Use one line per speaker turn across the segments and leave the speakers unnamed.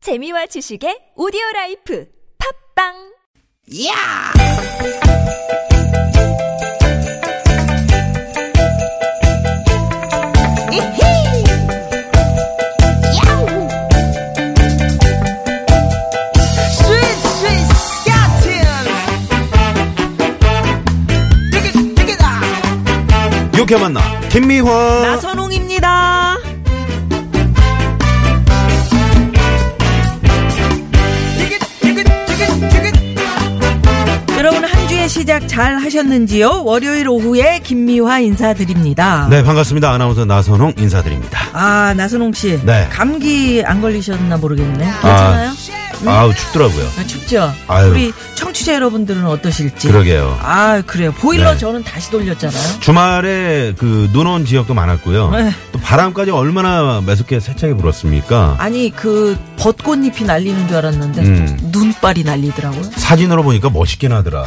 재미와 지식의 오디오 라이프 팝빵
야! 이히! 야우! 스윗, 스윗, 야틴! 되게, 되게다!
유쾌 만나 김미화
나선홍입니다. 되게, 되게, 되게, 되게.
여러분 한 주의 시작 잘 하셨는지요? 월요일 오후에 김미화 인사드립니다.
네 반갑습니다 아나운서 나선홍 인사드립니다
아 나선홍 씨,
네.
감기 안 걸리셨나 모르겠네. 괜찮아요? 네.
아우 춥더라고요
아, 춥죠.
아유.
우리 청취자 여러분들은 어떠실지.
그러게요
아 그래요. 보일러
네.
저는 다시 돌렸잖아요.
주말에 그 눈 온 지역도 많았고요
네.
또 바람까지 얼마나 매섭게 세차게 불었습니까
아니 그 벚꽃잎이 날리는 줄 알았는데
음.
눈발이 날리더라고요.
사진으로 보니까 멋있긴 하더라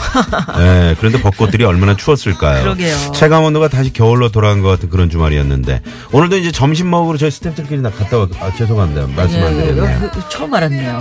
네, 그런데 벚꽃들이 얼마나 추웠을까요
그러게요.
체감 온도가 다시 겨울로 돌아간 것 같은 그런 주말이었는데 오늘도 이제 점심 먹으러 저희 스태프들끼리 나 갔다 왔 아, 죄송합니다 말씀 안 드렸네요
예, 그- 처음 알았네요.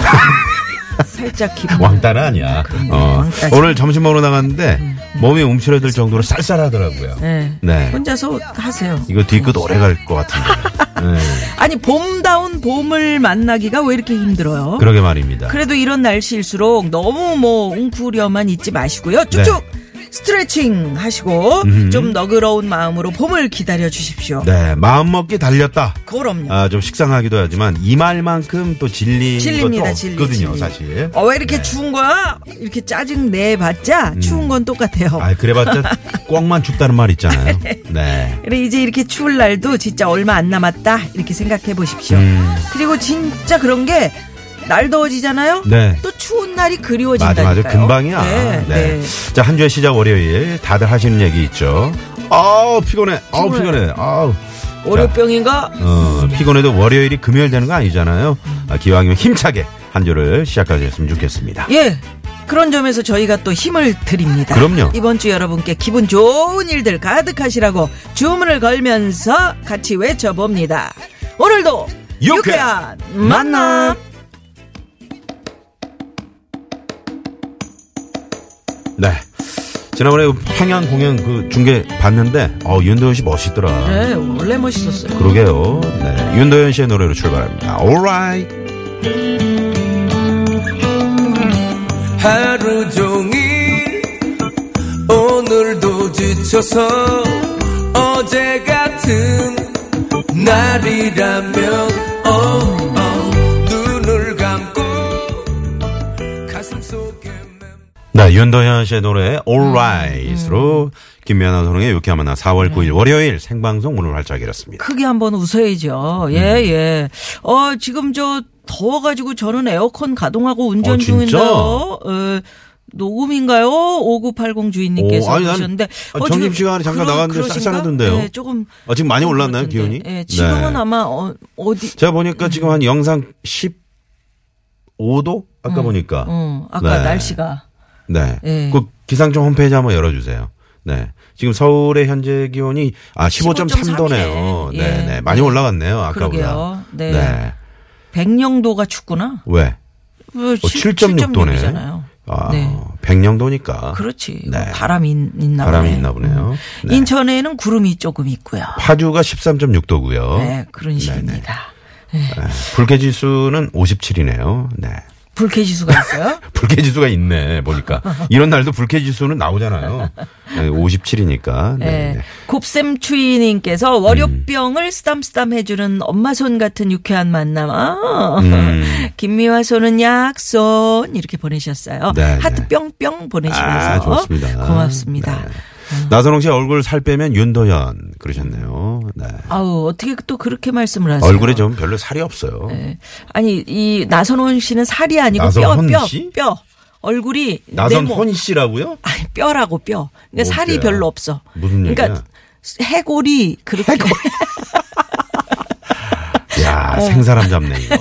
살짝 기분.
왕따는 아니야.
그 그럼요.
어,
왕따지. 음.
오늘 점심 먹으러 나갔는데 몸이 움츠러들 정도로 쌀쌀하더라고요.
네.
네.
혼자서 하세요.
이거 뒤끝 오래 갈 것 같은데. 네.
아니 봄다운 봄을 만나기가 왜 이렇게 힘들어요?
그러게 말입니다.
그래도 이런 날씨일수록 너무 뭐 웅푸려만 있지 마시고요. 쭉쭉 스트레칭 하시고
네. 음.
좀 너그러운 마음으로 봄을 기다려 주십시오.
네, 마음먹기 달렸다.
그럼요.
아, 좀 식상하기도 하지만 이 말만큼 또 질린
진리입니다,
것도
진리,
없거든요,
진리.
사실. 네.
어, 왜 이렇게 추운 거야? 이렇게 짜증 내봤자
음.
추운 건 똑같아요.
아, 그래봤자 꽝만 춥다는 말 있잖아요. 네.
그래 이제 이렇게 추울 날도 진짜 얼마 안 남았다 이렇게 생각해 보십시오.
음,
그리고 진짜 그런 게 날 더워지잖아요.
네.
또 추운 날이
맞아,
그리워진다니까요.
맞아. 금방이야.
네,
네.
네.
자, 한 주의 시작 월요일. 다들 하시는 얘기 있죠. 아우, 피곤해. 아우, 피곤해. 아우. 자,
월요병인가?
어, 피곤해도 월요일이 금요일 되는 거 아니잖아요. 아, 기왕이면 힘차게 한 주를 시작하셨으면 좋겠습니다.
예. 그런 점에서 저희가 또 힘을 드립니다.
그럼요.
이번 주 여러분께 기분 좋은 일들 가득하시라고 주문을 걸면서 같이 외쳐봅니다. 오늘도
유쾌한
유쾌한 만남.
네. 지난번에 평양 공연 그 중계 봤는데 어, 윤도현 씨 멋있더라.
네, 원래 멋있었어요.
그러게요. 네. 윤도현 씨의 노래로 출발합니다. Alright.
하루 종일 오늘도 지쳐서 어제 같은 날이라면 oh, oh, 눈을 감고 가슴 속에 맴
네, 윤도현 씨의 노래 Alright으로 김미아나 선홍의 유쾌한 만나 4월
네.
9일 월요일 생방송 오늘 활짝 이었습니다
크게 한번 웃어야죠. 예,
네.
예. 어, 지금 저 더워가지고 저는 에어컨 가동하고 운전
어, 진짜?
중인데요. 예, 녹음인가요? 5980 주인님께서
오, 아니, 난-
그러셨는데. 어,
아, 점심시간에 잠깐 나갔는데
그러신가?
쌀쌀하던데요.
예, 조금.
아, 지금 많이 올랐나요,
그렇던데.
기온이?
예, 지금은
네.
아마 어, 어디,
제가 보니까 지금 한 영상 15도? 아까 보니까.
어, 아까
네.
날씨가.
네.
예.
그 기상청 홈페이지 한번 열어주세요. 네. 지금 서울의 현재 기온이 아 15.3도네요.
15.3 이네.
네,
예.
네. 많이 올라갔네요. 아까보다.
그러게요. 네. 백령도가 춥구나.
왜?
어,
어, 7.6도네.
7.6이잖아요.
아,
네.
백령도니까.
그렇지. 뭐
네.
바람이 있- 있나
바람이
보네.
있나 보네요.
음.
네.
인천에는 구름이 조금 있고요.
파주가 13.6도고요. 네.
네, 그런 식입니다.
불쾌지수는 57이네요. 네.
불쾌지수가 있어요?
불쾌지수가 있네 보니까 이런 날도 불쾌지수는 나오잖아요. 네, 57이니까. 네.
네.
네.
곱셈 추이님께서 월요병을 쓰담쓰담 해주는 엄마 손 같은 유쾌한 만남. 아.
음.
김미화 손은 약손 이렇게 보내셨어요.
네, 네.
하트 뿅뿅 보내시면서
아, 좋습니다.
고맙습니다.
네. 나선홍 씨 얼굴 살 빼면 윤도현 그러셨네요. 네.
아우 어떻게 또 그렇게 말씀을 하세요?
얼굴에 좀 별로 살이 없어요.
네. 아니 이 나선원 씨는 살이 아니고 뼈
나선헌
뼈 뼈
씨?
얼굴이 네모.
나선홍 씨라고요?
아니, 뼈라고 뼈. 그러니까
뭐
살이
뼈야?
별로 없어.
무슨 얘기야?
그러니까 해골이 그렇게 어.
야 생사람 잡네 이거.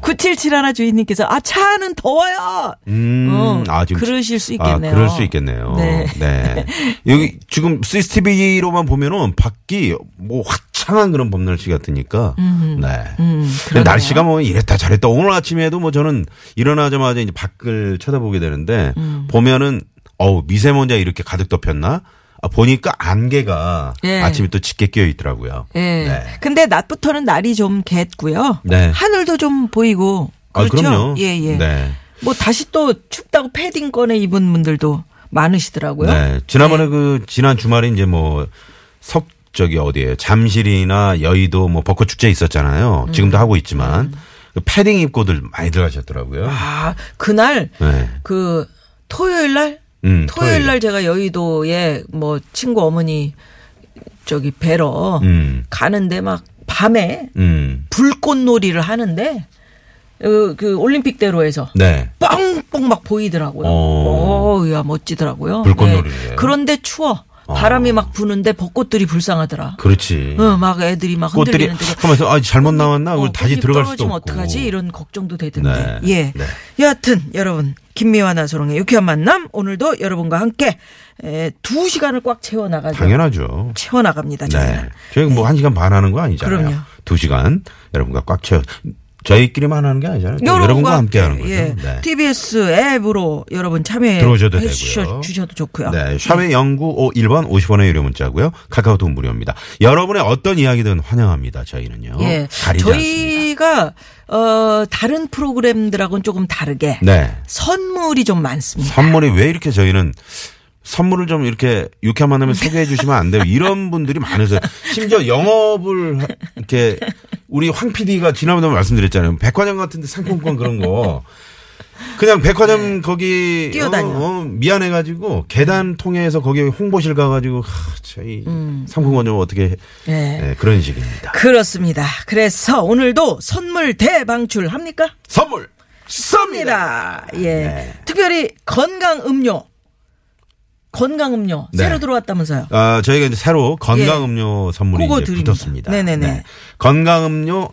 9771 주인님께서 아 차는 더워요.
음,
어,
아 지금
그러실 수
아,
있겠네요.
그럴 수 있겠네요. 네.
네.
여기 지금 CCTV로만 보면은 밖이 뭐 이상한 그런 봄날씨 같으니까. 네.
음,
근데 날씨가 뭐 이랬다 저랬다. 오늘 아침에도 뭐 저는 일어나자마자 이제 밖을 쳐다보게 되는데
음.
보면은 어우 미세먼지가 이렇게 가득 덮였나? 아, 보니까 안개가
예.
아침에 또 짙게 끼어 있더라고요.
예.
네.
근데 낮부터는 날이 좀 갰고요.
네.
하늘도 좀 보이고.
아,
그렇죠?
그럼요.
예, 예.
네.
뭐 다시 또 춥다고 패딩 꺼내 입은 분들도 많으시더라고요.
네. 지난번에 그 지난 주말에 이제 뭐 석 저기 어디에 잠실이나 여의도 뭐 벚꽃 축제 있었잖아요.
음.
지금도 하고 있지만 그 패딩 입고들 많이 들어가셨더라고요.
아, 그날
네.
그 토요일 날
음,
토요일
토요일.
날 제가 여의도에 뭐 친구 어머니 저기 뵈러
음.
가는데 막 밤에
음.
불꽃놀이를 하는데 그, 그 올림픽대로에서
네.
뻥뻥 막 보이더라고요.
어.
오, 야 멋지더라고요. 네.
불꽃놀이예요? 아.
그런데 추워. 바람이 막 부는데 벚꽃들이 불쌍하더라.
그렇지.
어, 막 애들이 막
꽃들이
흔들리는데
하면서 아 잘못 나왔나?
어,
우리 다시
꽃잎
들어갈 수도
떨어지면
없고.
어떡하지? 이런 걱정도 되던데.
네.
예.
네.
여하튼 여러분 김미화 나소롱의 유쾌한 만남 오늘도 여러분과 함께 에, 두 시간을 꽉 채워 나가죠.
당연하죠.
채워 나갑니다.
네.
저희는.
저희 뭐 한 시간 반 하는 거 아니잖아요.
그럼요.
두 시간 여러분과 꽉 채워. 저희끼리만 하는 게 아니잖아요.
여러분과,
여러분과 함께 하는 거죠.
예,
네.
TBS 앱으로 여러분 참여해
들어오셔도
주셔,
되고요.
주셔도 좋고요.
네, 샵의 0951번 50원의 유료 문자고요. 카카오톡 무료입니다. 여러분의 어떤 이야기든 환영합니다. 저희는요.
예.
가리지 어? 않습니다.
저희가 어 다른 프로그램들하고는 조금 다르게
네.
선물이 좀 많습니다.
선물이 왜 이렇게 저희는 선물을 좀 이렇게 유쾌한 만남에 소개해 주시면 안 돼요. 이런 분들이 많으세요. 심지어 영업을 하- 이렇게 우리 황 PD가 지난번에 말씀드렸잖아요. 백화점 같은데 상품권 그런 거. 그냥 백화점 거기
네. 뛰어다녀.
어, 어, 미안해가지고 계단 통해서 거기 홍보실 가가지고 하, 저희
음.
상품권 좀 어떻게 해.
예.
네, 그런 식입니다.
그렇습니다. 그래서 오늘도 선물 대방출합니까?
선물 쏩니다.
쏩니다. 예.
네.
특별히 건강 음료. 건강 음료
네.
새로 들어왔다면서요.
아, 저희가 이제 새로 건강
예.
음료 선물이
그거
이제
드립니다.
붙었습니다.
네네네.
건강 음료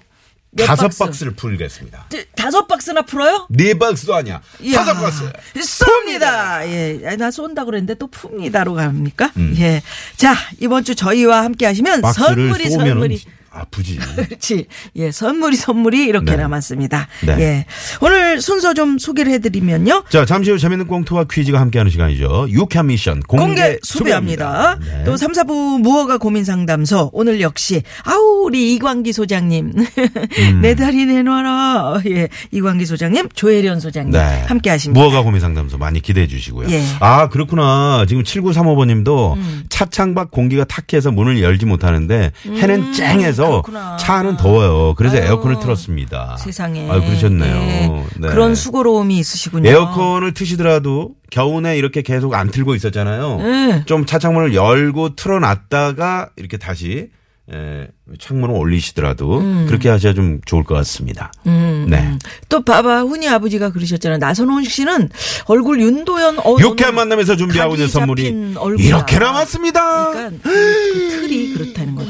몇
다섯
박스?
박스? 를 풀겠습니다.
드- 다섯 박스나 풀어요?
네 박스도 아니야.
이야.
다섯 박스.
쏩니다. 예. 아니, 나 쏜다 그랬는데 또 풉니다로 갑니까? 예. 자, 이번 주 저희와 함께 하시면
음. 박스를
선물이
쏘면
선물이
아프지.
그렇지. 예, 선물이 선물이 이렇게
네.
남았습니다.
네.
예. 오늘 순서 좀 소개를 해 드리면요.
자, 잠시 후 재밌는 꽁트와 퀴즈가 함께하는 시간이죠. 유쾌한 미션 공개,
공개 수배합니다.
수배합니다. 네.
또 3, 4부 무허가 고민 상담소 오늘 역시 아우 우리 이광기 소장님
음.
내 다리 내놔라. 예. 이광기 소장님, 조혜련 소장님
네.
함께 하십니다.
무허가 고민 상담소 많이 기대해 주시고요.
예. 음.
아, 그렇구나. 지금 7935번 님도 차창밖 공기가 탁해서 문을 열지 못하는데 해는 쨍해서
그렇구나.
차는 더워요. 그래서
아유,
에어컨을 틀었습니다.
세상에.
아, 그러셨네요.
예.
네.
그런 수고로움이 있으시군요.
에어컨을 트시더라도 겨우내 이렇게 계속 안 틀고 있었잖아요.
네.
좀 차창문을 열고 틀어놨다가 이렇게 다시 에, 창문을 올리시더라도
음.
그렇게 하셔야 좀 좋을 것 같습니다. 네.
또 봐봐 훈이 아버지가 그러셨잖아요. 나선홍 씨는 얼굴 윤도현 어
유쾌한 만남에서 준비하고 있는
각이 잡힌
선물이
얼굴이다.
이렇게 남았습니다.
그러니까 그 틀이 그렇다는 거지.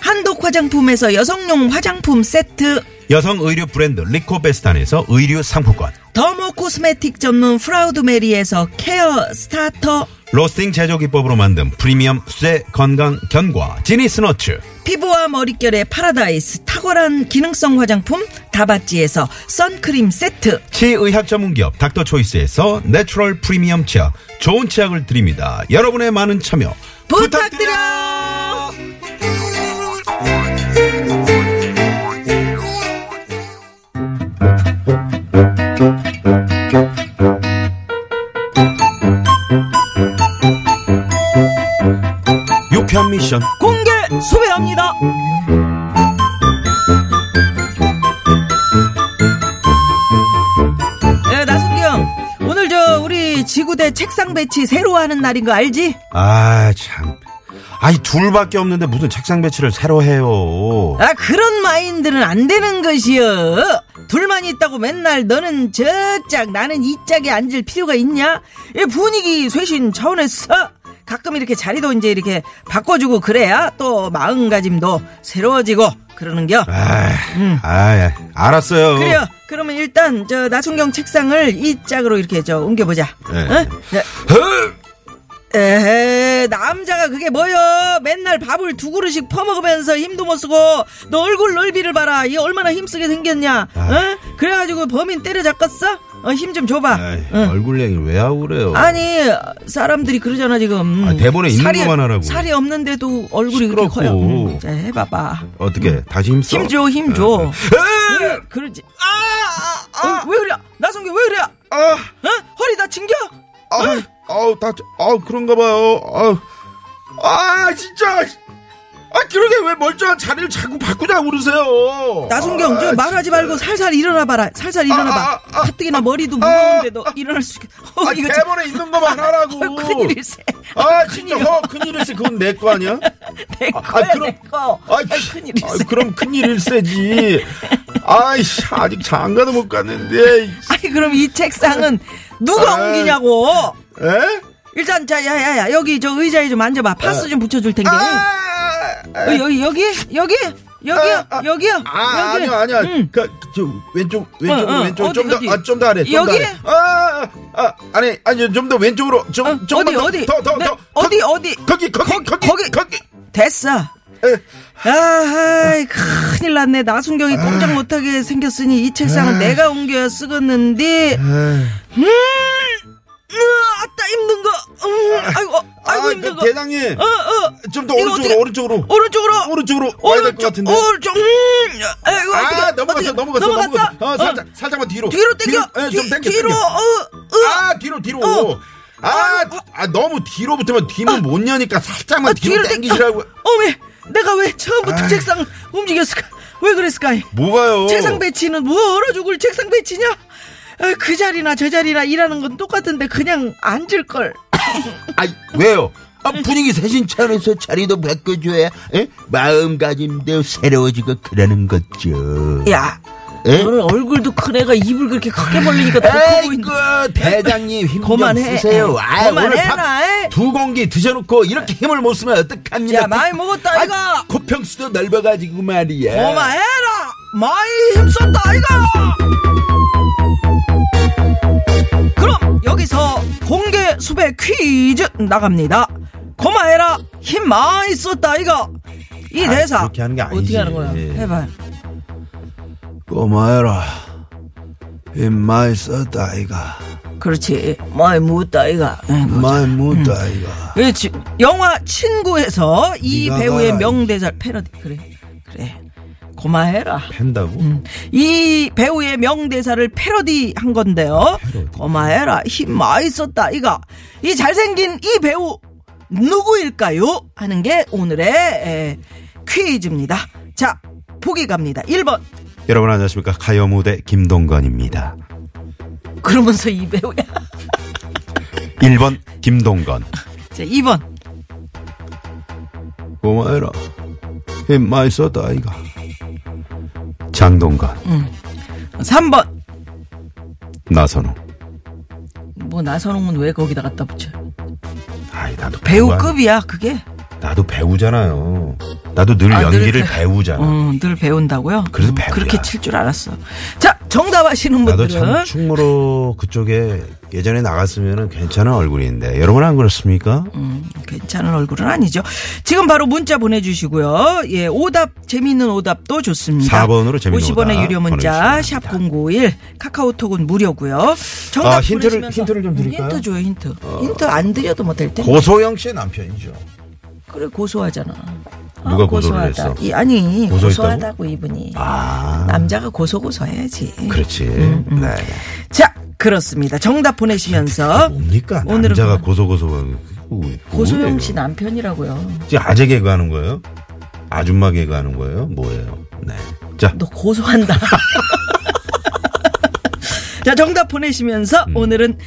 한독 화장품에서 여성용 화장품 세트
여성 의류 브랜드 리코베스탄에서 의류 상품권
더모 코스메틱 전문 프라우드메리에서 케어 스타터
로스팅 제조 기법으로 만든 프리미엄 쇠 건강 견과 지니스너츠
피부와 머릿결의 파라다이스 탁월한 기능성 화장품 다바찌에서 선크림 세트
치의학 전문기업 닥터초이스에서 내추럴 프리미엄 치약 좋은 치약을 드립니다 여러분의 많은 참여
부탁드려
유쾌한 미션
공개 수배합니다 예, 나순경 오늘 저 우리 지구대 책상 배치 새로 하는 날인 거 알지?
아 참 아니 둘밖에 없는데 무슨 책상 배치를 새로 해요.
아 그런 마인드는 안 되는 것이여 둘만 있다고 맨날 너는 저짝 나는 이짝에 앉을 필요가 있냐 이 분위기 쇄신 차원에서 가끔 이렇게 자리도 이제 이렇게 바꿔주고 그래야 또 마음가짐도 새로워지고 그러는겨
아, 아, 알았어요.
음. 그래요 그러면 일단 저 나순경 책상을 이 짝으로 이렇게 저 옮겨보자
네.
어? 네.
헐!
에헤 남자가 그게 뭐여 맨날 밥을 두 그릇씩 퍼먹으면서 힘도 못 쓰고 너 얼굴 넓이를 봐라 이 얼마나 힘쓰게 생겼냐
아.
어? 그래가지고 범인 때려잡겠어 어, 힘 좀 줘봐
아이,
응.
얼굴 얘기를 왜 하고 그래요?
아니 사람들이 그러잖아 지금
아, 대본에 있는
살이-
것만 하라고.
살이 없는데도 얼굴이 그렇게
시끄럽고.
커요 음, 자, 해봐봐
어떻게 어. 다시 힘써?
힘 줘 힘 줘
에!
그래, 그러지 어, 왜 그래 나성규 왜 그래 어?
아,
허리 다친겨
아, 아우 다, 아우 그런가 봐요. 아우, 아 진짜. 아 그러게 왜 멀쩡한 자리를 자꾸 바꾸자고 그러세요.
나순경 좀 말하지 말고 살살 일어나 봐라. 살살 일어나 봐.
아, 아, 아.
가뜩이나 머리도 무거운데 너 일어날 수. 있- 어,
아,
이거
대본에 있는 것만 하라고.
참 큰일일세.
아 진짜 허 큰일일세 그건 내 거 아니야?
내
아,
거야
그럼-
내 거.
아,
아, 큰일일세.
아, 그럼 큰일일세지. 아이씨 아직 장가도 못 갔는데.
아니 그럼 이 책상은 누가
아.
옮기냐고.
에?
일단 자 야야야 여기 저 의자에 좀 앉아봐. 파스 좀 붙여줄 텐데.
아,
네. 어, 여기 여기 여기 여기요
아, 아.
여기요.
아,
여기.
아니요, 아니요.
응.
그, 저, 왼쪽, 왼쪽,
어, 어,
왼쪽,
어디,
좀 더,
어디?
아, 좀 더 아래, 좀 더
여기?
아래. 아, 아, 아, 아니, 아니, 좀 더 왼쪽으로, 좀,
어,
좀
어디
더,
어디
더, 더,
네,
더.
어디
거-
어디
거기, 거기, 거기, 거기, 거기. 예.
됐어.
에,
아하이 큰일 났네 나순경이 꼼짝 못하게 생겼으니 이 책상은 내가 옮겨 쓰겠는데 음 으아, 아따 힘든 거 음, 아이고 아이고
아,
힘든
그
거
대장님,
어, 어.
좀 더 오른쪽으로,
이거 어떻게-
오른쪽으로.
오른쪽으로
오른쪽으로 와야 될 것
오른쪽
같은데.
오른쪽 음 아이고
아,
어떡해,
넘어갔어,
어떡해.
넘어갔어,
넘어갔어?
어, 살짝, 살짝만 뒤로.
뒤로 당겨
뒤로, 예, 좀 당겨,
뒤, 로 어,
당겨.
어으아
아, 뒤로, 뒤로.
어.
아, 아, 너무 뒤로 붙으면 뒤면 못 여니까 살짝만 뒤로 당기시라고.
어, 어메 내가 왜 처음부터
아이.
책상 움직였을까 왜 그랬을까
뭐가요?
책상 배치는 뭐 얼어 죽을 책상 배치냐? 아, 그 자리나 저 자리나 일하는 건 똑같은데 그냥 앉을 걸.
아, 왜요?
아, 분위기 세신 차원에서 자리도 바꿔줘야 예? 마음가짐도 새로워지고 그러는 거죠.
야,
에?
너는 얼굴도 큰 애가 입을 그렇게 크게 벌리니까 더 크고
아이고 그
있는.
대장님 힘 좀
그만해.
쓰세요. 아, 오늘 밥
그만해라.
두 공기 드셔놓고 이렇게 힘을 못 쓰면 어떡합니까?
야, 많이 먹었다
아,
아이가.
코평수도 넓어가지고 말이야.
그만해라. 많이 힘썼다 아이가. 그럼 여기서 공개 수배 퀴즈 나갑니다. 고마해라 힘 많이 썼다 아이가. 이 대사
그렇게 하는 게 아니지.
어떻게 하는 거야?
예.
해봐요.
고마워라. 힘 많이 썼다, 아이가.
그렇지. 많이 묻다, 이가.
많이 묻다, 아이가.
그렇지. 영화 친구에서 이
네가
배우의
가라,
명대사 패러디. 그래. 그래. 고마해라.
팬다고?
이 배우의 명대사를 패러디한 건데요. 고마해라. 힘 많이 썼다, 이가. 이 잘생긴 이 배우 누구일까요? 하는 게 오늘의 에, 퀴즈입니다. 자, 보기 갑니다. 1번.
여러분 안녕하십니까. 가요 무대 김동건입니다.
그러면서 이 배우야.
1번 김동건.
자, 2번.
고마워라. 힘 많이 썼다, 아이가. 장동건,
3번.
나선홍.
뭐 나선홍은 왜 거기다 갖다 붙여요?
아이, 나도 배우야.
배우급이야 그게
나도 배우잖아요. 나도 늘
아, 늘
연기를
배-
배우잖아.
어, 늘 배운다고요?
그래서
어,
배우야.
그렇게 칠 줄 알았어 자 정답 아시는
나도 참
분들은
충무로 그쪽에 예전에 나갔으면 괜찮은 얼굴인데 여러분 안 그렇습니까?
음, 괜찮은 얼굴은 아니죠 지금 바로 문자 보내주시고요 예 오답 재미있는 오답도 좋습니다
4번으로 재미있는
50원의
오답
유료 문자
보내주시기
샵 0951 카카오톡은 무료고요 정답
아, 힌트를-
보내시면서-
힌트를 좀 드릴까요? 어.
힌트 줘요 힌트 힌트 안 드려도 뭐 될 텐데
고소영 씨의 남편이죠.
그래 고소하잖아
누가 고소를
고소하다.
했어?
이, 아니
고소했다고?
고소하다고 이분이
아,
남자가 고소고소해야지
그렇지.
음,
네.
자, 그렇습니다. 정답 보내시면서
뭡니까?
오늘은
남자가 그,
그만.
고소고소.
고소영 씨 남편이라고요.
지금 아재 개그 하는 거예요? 아줌마 개그 하는 거예요? 뭐예요? 네. 자,
너
음.
고소한다. 자, 정답 보내시면서 오늘은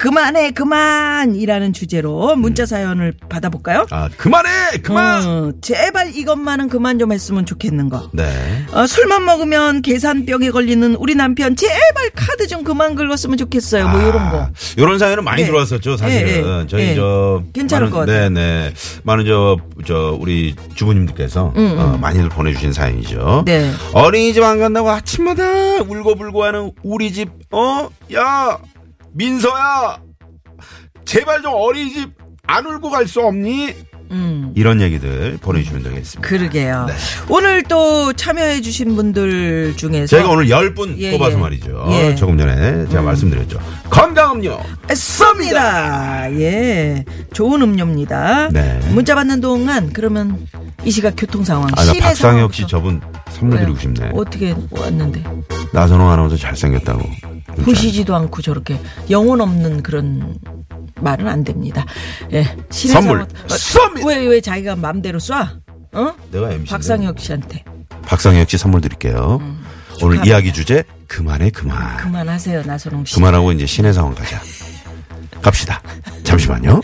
그만해 그만이라는 주제로 문자 사연을 받아볼까요?
아, 음. 그만해! 그만!
어, 제발 이것만은 그만 좀 했으면 좋겠는 거.
네.
어, 술만 먹으면 계산병에 걸리는 우리 남편 제발 카드 좀 그만 긁었으면 좋겠어요.
아.
뭐 이런 거.
이런 사연은 많이
예.
들어왔었죠, 사실은.
예, 예.
저희
예.
저.
괜찮을
많은-
것 같아요.
네네. 많은 저, 저, 우리 주부님들께서 어, 많이들 보내주신 사연이죠.
음, 네.
어린이집 안 간다고 아침마다 울고불고 하는 우리 집, 어? 야! 민서야! 제발 좀 어린이집 안 울고 갈 수 없니?
음.
이런 얘기들 보내주시면 되겠습니다.
그러게요.
네.
오늘 또 참여해주신 분들 중에서
저희가 오늘 10분
예,
뽑아서
예.
말이죠.
예.
조금 전에 제가 말씀드렸죠. 건강음료! 아,
쏩니다. 예, 좋은 음료입니다.
네.
문자 받는 동안 그러면 이 시각 교통 상황.
아, 나
시내
박상혁 씨
상황부터.
저분 선물 드리고 싶네.
어떻게 왔는데
나선홍 아나운서 잘생겼다고. 그렇죠.
보시지도 않고 저렇게 영혼 없는 그런 말은 안 됩니다. 예, 시내
선물 네,
상황- 어, 왜왜 자기가 마음대로 쏴? 어?
내가 MC.
박상혁 씨한테
박상혁 씨 선물 드릴게요. 오늘
축하합니다.
이야기 주제 그만해 그만.
그만하세요 나선홍 씨.
그만하고 이제 시내 상황 가자. 갑시다. 잠시만요.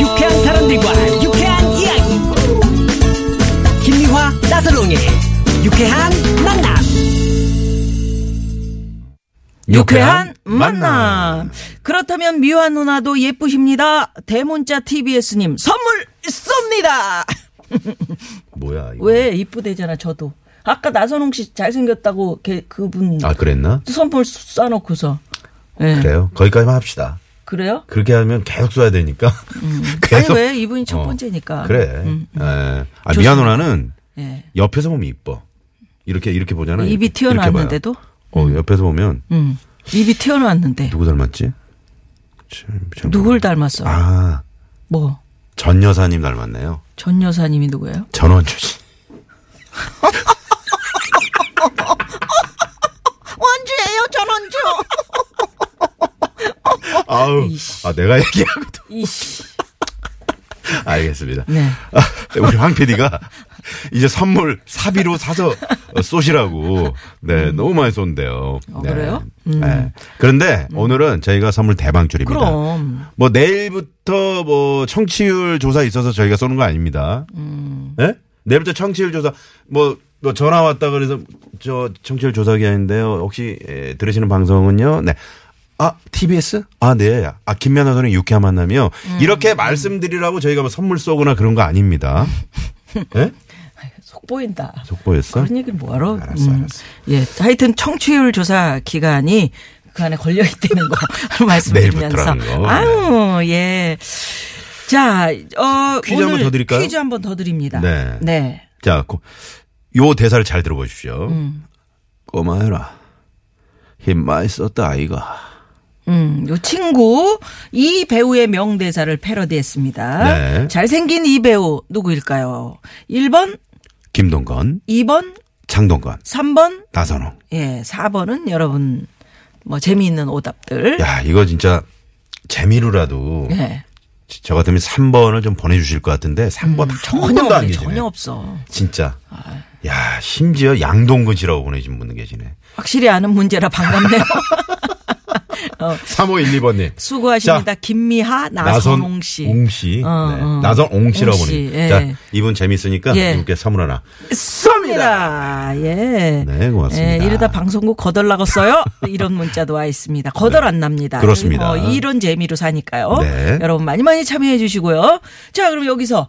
유쾌한 사람들과 유쾌한 이야기 김미화 나서롱의 유쾌한 만남
유쾌한 만남. 그렇다면 미화 누나도 예쁘십니다. 대문자 TBS님 선물 쏩니다.
뭐야 이거.
왜 이쁘대잖아 저도. 아까 나선홍 씨 잘생겼다고 걔, 그분
아 그랬나?
선물 쏴놓고서. 예.
그래요. 거기까지만 합시다.
그래요?
그렇게 하면 계속 써야 되니까.
음. 아니
계속.
왜 이분이 첫
어,
번째니까.
그래.
음,
예. 아 미아 누나는
예.
옆에서 보면 이뻐. 이렇게 이렇게 보잖아.
입이
이렇게, 이렇게 봐요.
튀어나왔는데도.
어 옆에서 보면
음. 입이 튀어나왔는데
누구 닮았지? 참, 참.
누굴 닮았어? 요
아,
뭐?
전 여사님 닮았네요.
전 여사님이 누구예요?
전원주 씨.
원주예요, 전원주.
아우.
이씨.
아, 내가 얘기하고도.
이씨.
알겠습니다.
네.
아, 우리 황 PD가 이제 선물 사비로 사서 어, 쏘시라고. 네, 너무 많이 쏜대요.
음. 어,
네.
그래요? 음.
네. 그런데 오늘은 저희가 선물 대방출입니다.
그럼.
뭐 내일부터 뭐 청취율 조사 있어서 저희가 쏘는 거 아닙니다. 예? 내일부터 청취율 조사 뭐, 뭐 전화 왔다 그래서 저 청취율 조사 기한인데요. 혹시 예, 들으시는 방송은요? 네. 아, TBS? 아, 네. 아, 김미아나 선생 유쾌한 만남이요. 이렇게 말씀드리라고 저희가 뭐 선물 쏘거나 그런 거 아닙니다. 예?
속 보인다.
속보였어?
그런 얘기를 뭐하러?
그러니까. 알았어, 알았어.
예, 하여튼 청취율 조사 기간이 그 안에 걸려 있다는 거 말씀드리면서.
내일부터라는 거. 네.
아우, 예. 자, 어,
퀴즈 한번
오늘
더 드릴까요?
퀴즈 한 번 더 드립니다.
네.
네.
자, 고- 요 대사를 잘 들어보십시오. 꼬마해라. 힘 많이 썼다, 아이가.
음, 요 친구 이 배우의 명대사를 패러디했습니다.
네.
잘생긴 이 배우 누구일까요? 1번,
김동건,
2번,
장동건,
3번,
나선홍.
예, 4번은 여러분 뭐 재미있는 오답들.
야, 이거 진짜 재미로라도
예.
저 같으면 3번을 좀 보내주실 것 같은데 3번 한 번도 안
없네, 아.
계시네.
음, 전혀 없어.
진짜. 야, 심지어 양동근 씨라고 보내신 분 계시네.
확실히 아는 문제라 반갑네요.
3512번님.
수고하십니다.
자,
김미하 나선홍 씨.
옹 씨.
어,
네.
어.
나선옹 씨라고
옹 씨,
보내주신
예.
자, 이분 재밌으니까
예.
이분께 선물 하나.
쏩니다. 예.
네, 고맙습니다.
예, 이러다 방송국 거덜나갔어요. 이런 문자도 와 있습니다. 거덜 안 납니다.
네. 그렇습니다.
어, 이런 재미로 사니까요.
네.
여러분 많이 많이 참여해 주시고요. 자, 그럼 여기서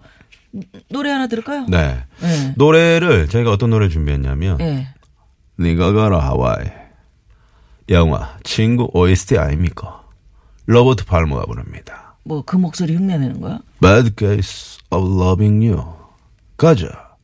노래 하나 들을까요?
네.
예.
노래를 저희가 어떤 노래를 준비했냐면
예.
네가 가라 하와이 영화 친구 OST 아닙니까? 로버트 팔머가 부릅니다.
뭐 그 목소리 흉내내는 거야?
Bad case of loving you. 가자.